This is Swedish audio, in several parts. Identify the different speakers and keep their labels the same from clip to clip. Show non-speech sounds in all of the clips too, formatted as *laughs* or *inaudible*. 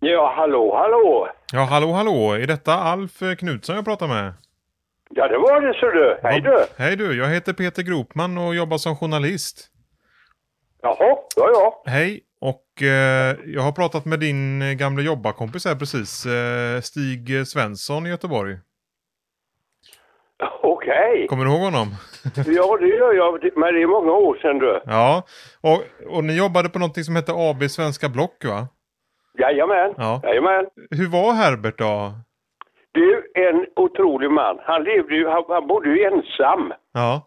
Speaker 1: Ja, hallå, hallå!
Speaker 2: Ja, hallå, hallå. Är detta Alf eh, Knutsson jag pratar med?
Speaker 1: Ja, det var det, så du. Hej du!
Speaker 2: Hej du, jag heter Peter Gropman och jobbar som journalist.
Speaker 1: Jaha, ja, ja.
Speaker 2: Hej, och eh, jag har pratat med din eh, gamla jobbarkompis här precis, eh, Stig eh, Svensson i Göteborg.
Speaker 1: Okej.
Speaker 2: Kommer du ihåg honom?
Speaker 1: Ja, det gör jag. Men det är många år sedan du.
Speaker 2: Ja, och, och ni jobbade på någonting som hette AB Svenska Block va?
Speaker 1: Jajamän,
Speaker 2: Ja.
Speaker 1: jajamän.
Speaker 2: Hur var Herbert då?
Speaker 1: Du, en otrolig man. Han levde ju, han, han bodde ju ensam.
Speaker 2: Ja,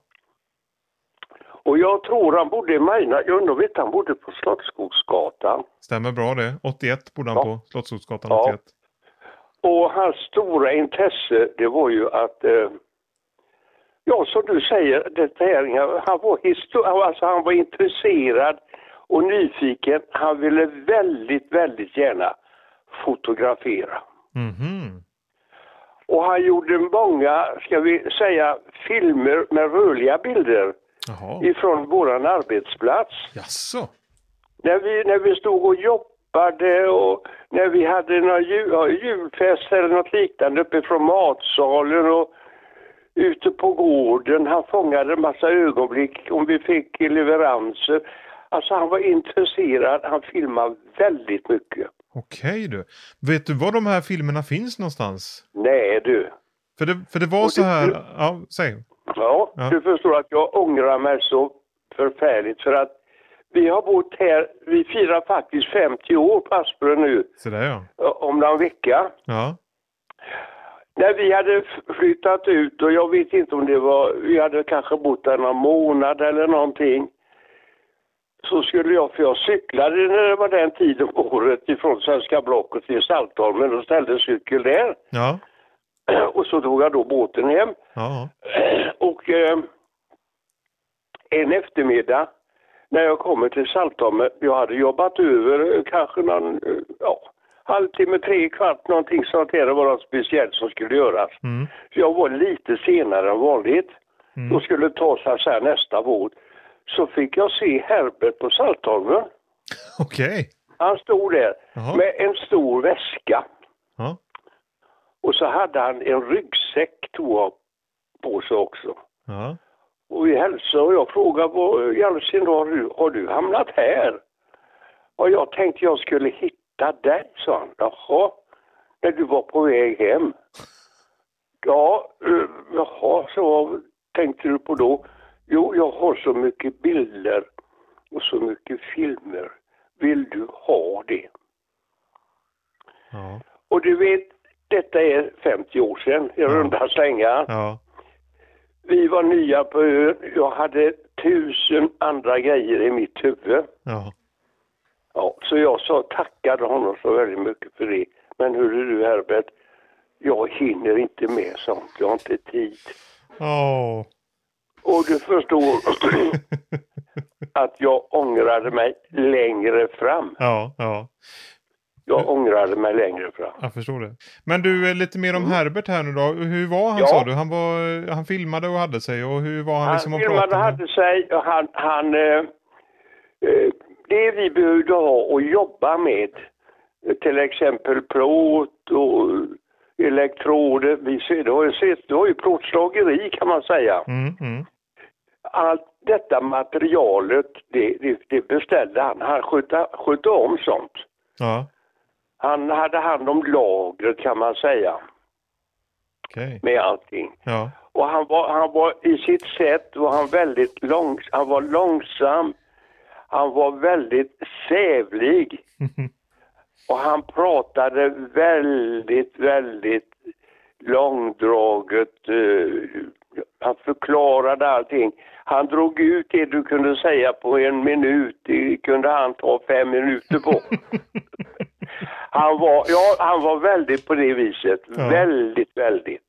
Speaker 1: Och jag tror han bodde i Majna. Jag undrar om inte han bodde på Slottsskogsgatan.
Speaker 2: stämmer bra det. 81 bodde han
Speaker 1: Ja.
Speaker 2: på, Slottsskogsgatan
Speaker 1: Ja.
Speaker 2: 81.
Speaker 1: Och hans stora intresse, det var ju att, eh, ja som du säger, det här, han, var histo- alltså, han var intresserad och nyfiken. Han ville väldigt, väldigt gärna fotografera.
Speaker 2: Mhm.
Speaker 1: Och han gjorde många, ska vi säga, filmer med rörliga bilder
Speaker 2: Jaha,
Speaker 1: ifrån våran arbetsplats.
Speaker 2: jaså?
Speaker 1: När vi, när vi stod och jobbade och när vi hade någon jul, ja, julfest eller något liknande uppe från matsalen och ute på gården. Han fångade en massa ögonblick om vi fick leveranser. Alltså han var intresserad, han filmade väldigt mycket.
Speaker 2: Okej du. Vet du var de här filmerna finns någonstans?
Speaker 1: Nej du.
Speaker 2: För det, för det var
Speaker 1: Och
Speaker 2: så
Speaker 1: det-
Speaker 2: här, ja, säg.
Speaker 1: Ja,
Speaker 2: Ja.
Speaker 1: du förstår att jag ångrar mig så förfärligt för att vi har bott här, vi firar faktiskt 50 år på Aspö nu
Speaker 2: Så där ja.
Speaker 1: ö, om någon vecka.
Speaker 2: Ja,
Speaker 1: När vi hade f- flyttat ut och jag vet inte om det var, vi hade kanske bott där någon månad eller någonting. Så skulle jag, för jag cyklade när det var den tiden på året ifrån Svenska Blocket till Saltholmen och ställde cykel där. *clears throat*
Speaker 2: ja,
Speaker 1: Och så tog jag då båten hem. *clears throat*
Speaker 2: ja.
Speaker 1: Och eh, en eftermiddag när jag kommer till Saltholmen, jag hade jobbat över eh, kanske någon, eh, ja, halvtimme, tre kvart någonting sånt där. Det var något speciellt som skulle göras.
Speaker 2: Mm,
Speaker 1: Så jag var lite senare än vanligt
Speaker 2: mm.
Speaker 1: och skulle ta så här- så här nästa båt. Så fick jag se Herbert på Saltholmen.
Speaker 2: Okej.
Speaker 1: Han stod där
Speaker 2: Jaha.
Speaker 1: med en stor väska
Speaker 2: Ja.
Speaker 1: och så hade han en ryggsäck tog jag på sig också.
Speaker 2: Ja.
Speaker 1: Och vi hälsade och jag frågade vad i all sin dar har du, har du hamnat här? Och jag tänkte jag skulle hitta dig, sa han. Jaha, när du var på väg hem. Ja, eh, jaha, så vad tänkte du på då? Jo, jag har så mycket bilder och så mycket filmer. Vill du ha det?
Speaker 2: Ja.
Speaker 1: Och du vet, detta är 50 år sedan i runda slängar.
Speaker 2: Ja.
Speaker 1: Vi var nya på ön. Jag hade tusen andra grejer i mitt huvud.
Speaker 2: Ja.
Speaker 1: Ja, så jag sa tackade honom så väldigt mycket för det. Men hur är du Herbert, jag hinner inte med sånt. Jag har inte tid.
Speaker 2: Åh.
Speaker 1: Och du förstår att jag ångrade mig längre fram.
Speaker 2: Ja, ja.
Speaker 1: Jag ångrade mig längre fram.
Speaker 2: Jag förstår det. Men du, eh, lite mer om Herbert här nu då. Hur var han
Speaker 1: Mm. Ja.
Speaker 2: sa du? Han, var, eh, han filmade och hade sig och hur var han,
Speaker 1: Han
Speaker 2: liksom att
Speaker 1: filmade
Speaker 2: prata med?
Speaker 1: hade sig och han, han eh, eh, det vi behövde ha och jobba med, eh, till exempel plåt och elektroder, vi, ser- det var ju, ses- det var ju plåtslageri kan man säga.
Speaker 2: Mm, mm.
Speaker 1: Allt detta materialet, det, det, det beställde han. Han skötte, skötte om sånt.
Speaker 2: Ja,
Speaker 1: Han hade hand om lagret kan man säga,
Speaker 2: okej.
Speaker 1: med allting.
Speaker 2: Ja, *laughs*
Speaker 1: Och han var, han var i sitt sätt var han väldigt långs, han var långsam. Han var väldigt sävlig. Och han pratade väldigt, väldigt långdraget. eh, Han förklarade allting. Han drog ut det du kunde säga på en minut. Det kunde han ta fem minuter på. Han var, ja, han var väldigt på det viset.
Speaker 2: Ja.
Speaker 1: Väldigt, väldigt.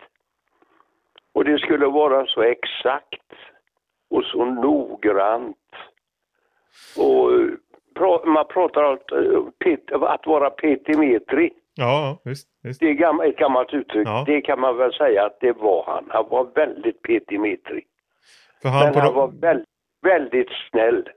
Speaker 1: Och det skulle vara så exakt och så noggrant. Och eh, pra, man pratar om att, eh, pet, att vara petimetri.
Speaker 2: ja visst. visst.
Speaker 1: Det är gam, ett gammalt uttryck.
Speaker 2: Ja.
Speaker 1: Det kan man väl säga att det var han. Han var väldigt petimetri.
Speaker 2: För
Speaker 1: Men
Speaker 2: han, på
Speaker 1: han
Speaker 2: de,
Speaker 1: var väldigt, väldigt snäll.